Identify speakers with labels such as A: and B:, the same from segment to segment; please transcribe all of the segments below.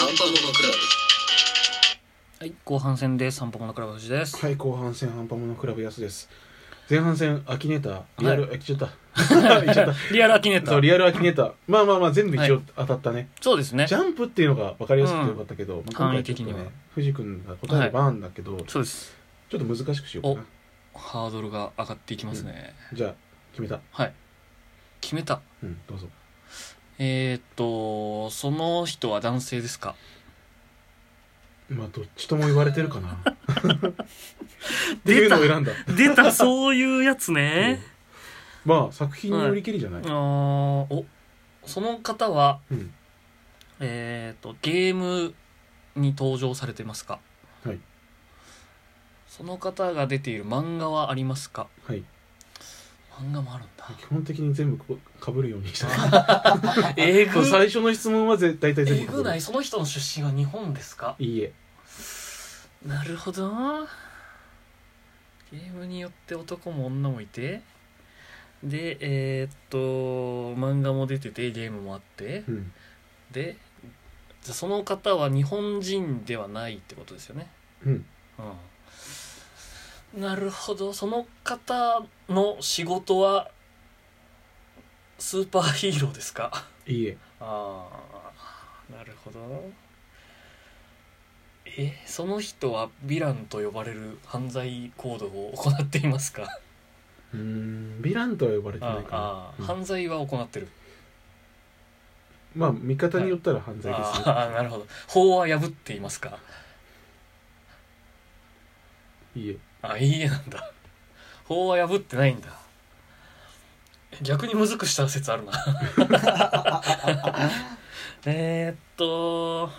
A: アンパンママクラブ
B: はい、後半戦で散歩ものクラブ藤です。
C: はい後半戦半端ものクラブ安です前半戦アキネーターリアル、あ言っちゃ った言っちゃっ
B: リアルアキネー
C: た
B: タ
C: そう
B: ー。
C: リアルアキネーターまあまあまあ全部一
B: は
C: 応当たったね、
B: そうですね
C: ジ。ャンプっていうのが分かりやすくてよかったけど、まあ今
B: 簡易
C: 回ちょっ
B: 的
C: と
B: には
C: ね藤君が答える番だけど、ちょ
B: そうです。
C: っと難しくしようかな
B: ハードルが上がっていきますね。
C: じゃあ決めた
B: はい。決めた。
C: うんどうぞ
B: えー、っと、その人は男性ですか
C: まあどっちとも言われてるかなっていうのを選んだ
B: 出た、そういうやつね。
C: まあ作品によりきりじゃない、
B: あーお、その方は、
C: うん
B: えー、っと、ゲームに登場されてますか
C: はい
B: その方が出ている漫画はありますか
C: はい
B: 漫画もあるんだ。
C: 基本的に全部こかぶるようにした
B: え
C: そう
B: ぐ
C: 最初の質問はぜ大体全部
B: え
C: 被
B: ぐ
C: る
B: ないその人の出身は日本ですか
C: いいえ
B: なるほどゲームによって男も女もいてでえーっと漫画も出ててゲームもあって
C: うん
B: でじゃあその方は日本人ではないってことですよね
C: うん
B: うんなるほどその方の仕事はスーパーヒーローですか
C: いいえ
B: ああなるほどえその人はヴィランと呼ばれる犯罪行動を行っていま すか
C: うーんヴィランとは呼ばれてないか
B: あ
C: な、
B: あ、
C: うん
B: 犯罪は行ってる
C: まあ見方によったら犯罪ですね
B: ああなるほど法は破っていますか
C: いいえ
B: あいいえなんだ法は破ってないんだ逆にむずくした説あるな えーっと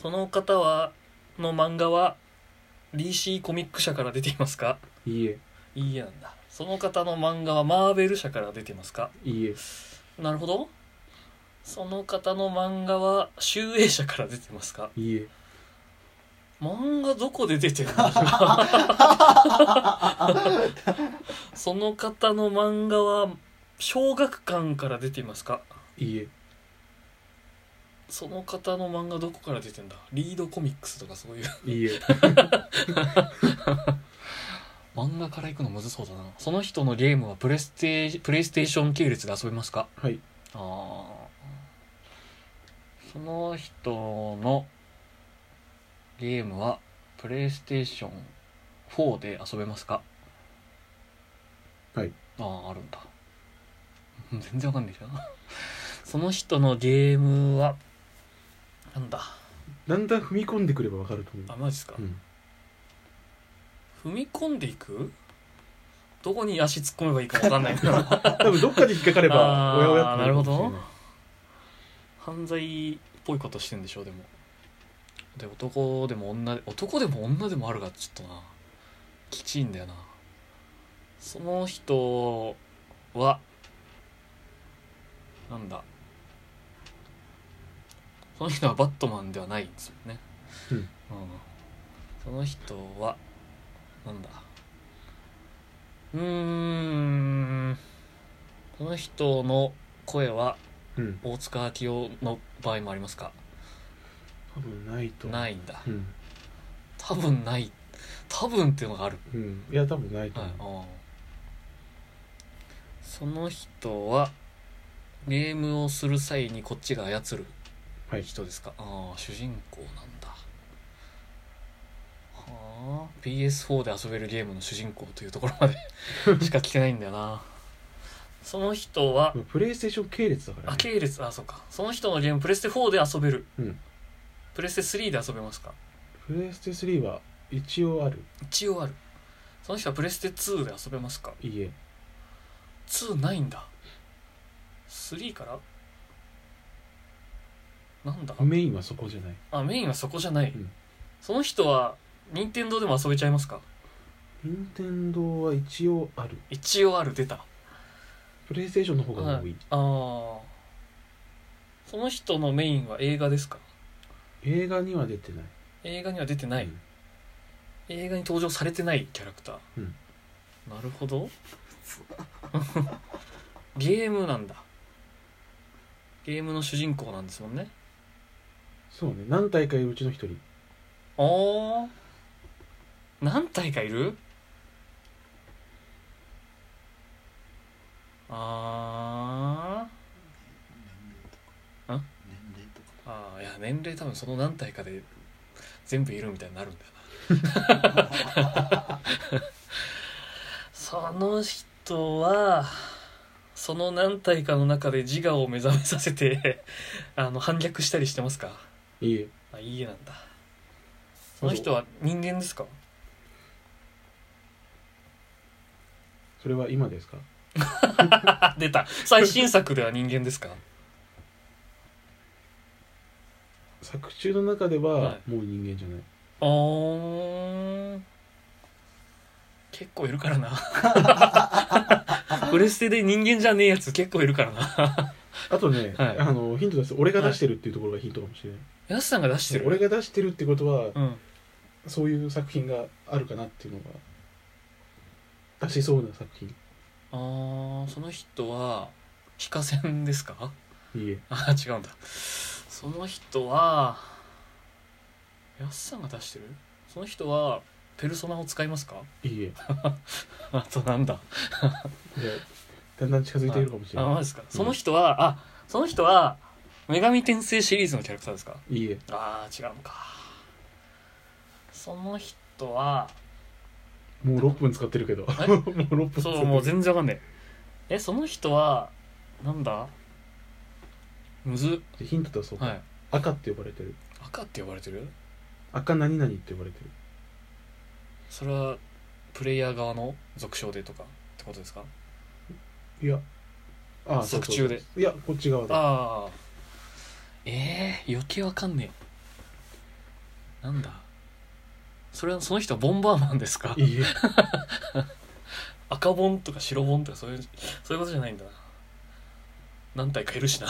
B: その方はの漫画は DC コミック社から出ていますか
C: いいえ
B: いいえなんだその方の漫画はマーベル社から出てますか
C: いいえ
B: なるほどその方の漫画は集英社から出てますか
C: いいえ
B: 漫画どこで出てるの その方の漫画は小学館から出ていますか
C: いいえ
B: その方の漫画どこから出てんだリードコミックスとかそういう
C: いいえ
B: 漫画から行くのむずそうだなその人のゲームはプレステプレイステーション系列で遊べますか
C: はい
B: あーその人のゲームはプレイステーション4で遊べますか
C: はい
B: あああるんだ 全然わかんないじゃん その人のゲームはなんだ
C: だんだん踏み込んでくればわかると思
B: あマジっすか
C: う、う、ん、
B: 踏み込んでいくどこに足突っ込めばいいかわかんないな
C: 多分どっかで引っかかれ
B: あ
C: ば
B: ー
C: おやおやってるかもしれ
B: なる
C: い
B: ほど犯罪っぽいことしてんでしょうでもで男でも女で男でも女でもあるがちょっとなきちいんだよなその人はなんだその人はバットマンではないんですよね
C: うん
B: その人はなんだうーんその人の声は
C: うん
B: 大塚明夫の場合もありますか
C: 多分ないと
B: ないいんだ
C: うん、
B: 多分ない多分っていうのがある、
C: うん、いや多分ないと
B: はい
C: 思う、
B: うんその人はゲームをする際にこっちが操る
C: はい
B: 人ですか、ああ主人公なんだはあ PS4 で遊べるゲームの主人公というところ までしか来てないんだよなその人は
C: まあプレイステーション系列だから、
B: あ
C: ね、
B: 系列あそうかその人のゲームプレステ4で遊べる、
C: うん
B: プレステ3で遊べますか
C: プレイステ3は一応ある
B: 一応あるその人はプレステ2で遊べますか
C: いいえ
B: 2ないんだ3からなんだ
C: メインはそこじゃない
B: あメインはそこじゃない、
C: うん
B: その人は任天堂でも遊べちゃいますか
C: 任天堂は一応ある
B: 一応ある出た
C: プレイステーションの方が多い、
B: あーその人のメインは映画ですか
C: 映画には出てない
B: 映画には出てない、
C: うん
B: 映画に登場されてないキャラクター、
C: うん
B: なるほど ゲームなんだゲームの主人公なんですもんね
C: そうね何大会うちの一人
B: おー何体かいるあー
A: 年齢とか
B: あーいや年齢多分その何体かで全部いるみたいになるんだよ なその人はその何体かの中で自我を目覚めさせてあの反逆したりしてますか
C: いいえ
B: あいいえなんだその人
C: は
B: は人間ですか
C: それは今ですか
B: あ出た最新作では人間ですか
C: 作中の中では
B: は
C: もう人間じゃない、
B: あー結構いるからなプレステで人間じゃねえやつ結構いるからな
C: あとね、
B: はい
C: あのヒント出す俺が出してるっていうところがヒントかもしれない、
B: やすさんが出してる
C: 俺が出してるってことは
B: うん
C: そういう作品があるかなっていうのが出しそうな作品
B: あーその人は非化線ですか
C: いいえ
B: あ違うんだその人はやすさんが出してるその人はペルソナを使いますか
C: いいえ
B: あとなんだ
C: いやだんだん近づいているかもしれ
B: あ
C: な
B: マジですか、その人はあその人は女神転生シリーズのキャラクターですか
C: いいいえ
B: ああ違うのかその人は
C: もう6分使ってるけどもう
B: え
C: 6分使って
B: そう
C: る
B: もう全然わかんないえその人はなんだむず
C: でヒント出そうか、
B: はい
C: 赤って呼ばれてる
B: 赤って呼ばれてる
C: 赤何々って呼ばれてる
B: それはプレイヤー側の俗称でとかってことですか
C: いやあ
B: 作中で
C: そうそういやこっち側だ
B: ああえー、余計わかんねえなんだそれはその人はボンバーマンですか
C: いいえ
B: 赤本とか白本とかそういうそういうことじゃないんだな何体かいるしな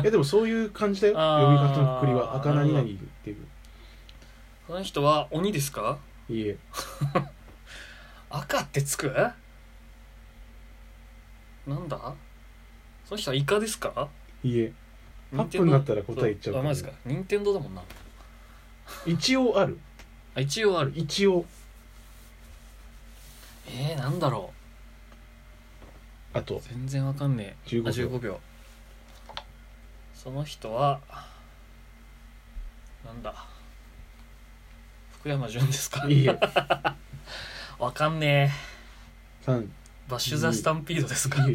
C: いやでもそういう感じだよ
B: あー
C: 読み方のくくりは赤何々っていう
B: その人は鬼ですか
C: いいえ
B: 赤ってつくなんだその人はイカですか
C: いいえ8分になったら答え言っちゃう
B: あ
C: から
B: マジですか任天堂だもんな
C: 一応ある
B: あ一応ある
C: 一応
B: えー、なんだろ
C: あと
B: う全然わかんねえ
C: 15秒
B: あ15秒その人はなんだ福山潤ですか
C: いいえ
B: わかんねえ
C: 3いい
B: バッシュ・ザ・スタンピードですか
C: え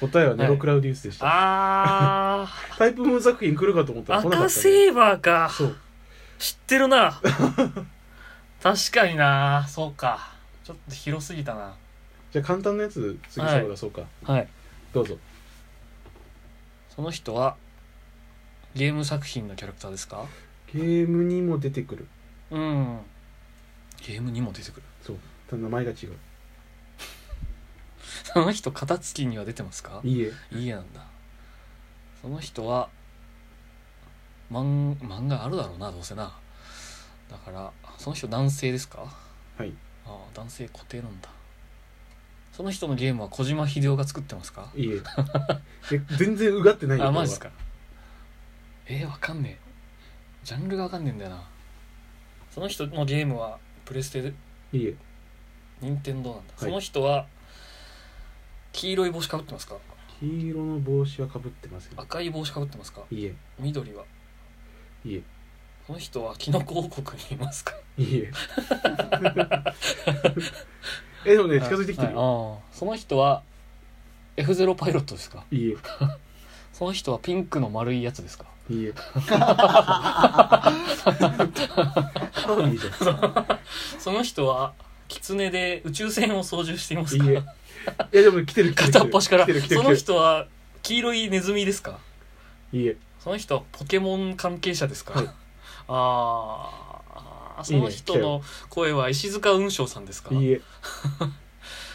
C: 答えはネロクラウディウスでした、
B: あ
C: タイプムーン作品来るかと思っ
B: ー
C: たら来なか
B: 赤
C: ったね
B: セーバーか
C: そう
B: 知ってるな確かになそうかちょっと広すぎたな
C: じゃあ簡単なやつ次
B: はい
C: 最後出そうか、
B: はい
C: どうぞ
B: その人はゲーム作品のキャラクターですか
C: ゲームにも出てくる
B: うんゲームにも出てくる
C: ただ名前が違う
B: その人肩つきには出てますか
C: いいえ
B: いいやなんだその人は漫漫画あるだろうなどうせなだからその人男性ですか
C: はい
B: ああ男性固定なんだその人のゲームは小島秀夫が作ってますか
C: いいえいや全然うがってないよ
B: あ
C: これは
B: マジっすかえー、わかんねえジャンルがわかんねえんだよなその人のゲームはプレステで
C: いいえ
B: 任天堂なんだ、
C: い
B: その人は黄色い帽子かぶってますか
C: 黄色の帽子はかぶってません
B: 赤い帽子かぶってますか
C: いいえ
B: 緑はい
C: いえ
B: その人はキノコ王国にいますか
C: いいえ えでもね近づいてきてるよ、
B: はいあーその人は F0 パイロットですか
C: い、いえ
B: その人はピンクの丸いやつですか
C: い いえカロリーじゃ
B: その人は狐で宇宙船を操縦していますか
C: んいいえいやでも来てる来てる来てる
B: 片っ端から
C: 来てる来てる
B: そ
C: 来て
B: の
C: る
B: 人は黄色いネズミですか
C: いいえ
B: その人はポケモン関係者ですか、
C: はい
B: ああその人の声は石塚雲翔さんですか
C: いいえ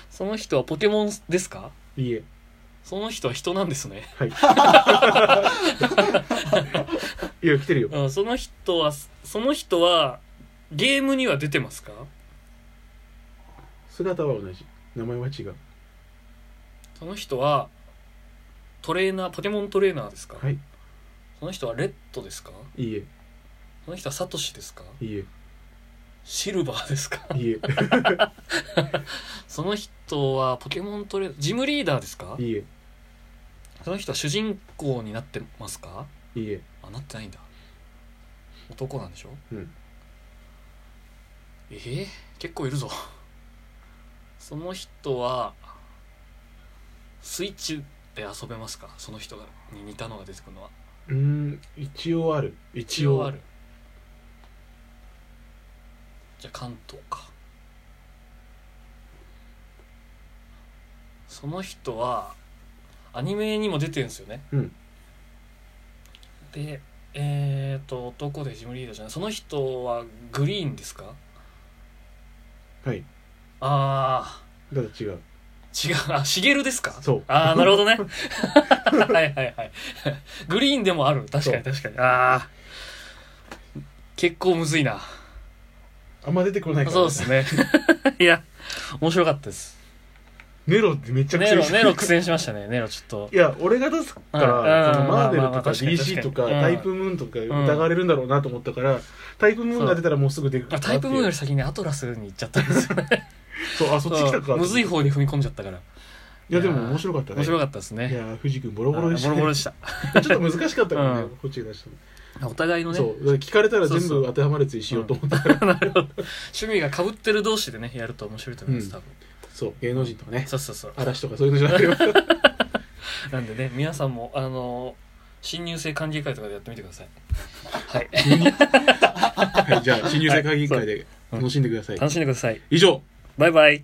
B: その人はポケモンですか
C: いいえ
B: その人は人なんですね、
C: はいいや来てるよ
B: うん、その人はその人はゲームには出てますか
C: 姿は同じ名前は違う
B: その人はトレーナーポケモントレーナーですか、
C: はい
B: その人はレッドですか
C: いい
B: その人はサトシですか
C: えいい
B: シルバーですか
C: えいい
B: その人はポケモントレージムリーダーですか
C: えいいえ
B: その人は主人公になってますか
C: いいえ
B: あなってないんだ男なんでしょ
C: うん
B: えー、結構いるぞその人はスイッチで遊べますかその人がに似たのが出てくるのは
C: うーん一応ある一
B: 一
C: 応
B: 応あるじゃあ関東かその人はアニメにも出てるんですよね
C: うん
B: でえっ、と男でジムリーダーじゃないその人はグリーンですか
C: はい
B: ああ
C: ただ違う
B: 違うあシゲルですか
C: そう
B: ああなるほどね はいはいはいグリーンでもある確かに確かにああ結構むずいな
C: あんま出てこないから
B: そうですね いや面白かったです
C: ネロってめっちゃ
B: ネロ
C: して
B: ネロ苦戦しましたねネロちょっと
C: いや俺が出すか
B: うん
C: らその
B: うん
C: マーベル
B: まあ
C: と
B: まあ
C: か
B: 確かに確
C: DC
B: かに
C: とか
B: うん
C: タイプムーンとか疑われるんだろうなと思ったからタイプムーンが出たらもうすぐ出るか
B: あ
C: な
B: タイプムーンよ
C: っ
B: り先にアトラスに行っちゃったんですよね
C: ていう そうあそっち来たか
B: むずい方に踏み込んじゃったから
C: いやでも面白かったね
B: 面白かったです
C: い
B: ね
C: や藤君ボ
B: ボ
C: ロボロでした
B: ボロボロでした
C: ねちょっと難しかったから
B: う
C: ね
B: ん
C: こっちが出したの
B: お互いのね
C: そうだから聞かれたら全
B: そう
C: 部
B: そう
C: 当てはまるやつにしようと思った
B: 趣味がかぶってる同士でねやると面白いと思います多分、
C: そう芸能人とかね
B: そうそうそう
C: 嵐とかそういうのじゃなくて
B: なんでね皆さんもあの新入生歓迎会とかでやってみてくださいはい
C: はいじゃあ新入生会議会で楽しんでください
B: 楽しんでください
C: 以上
B: バイバイ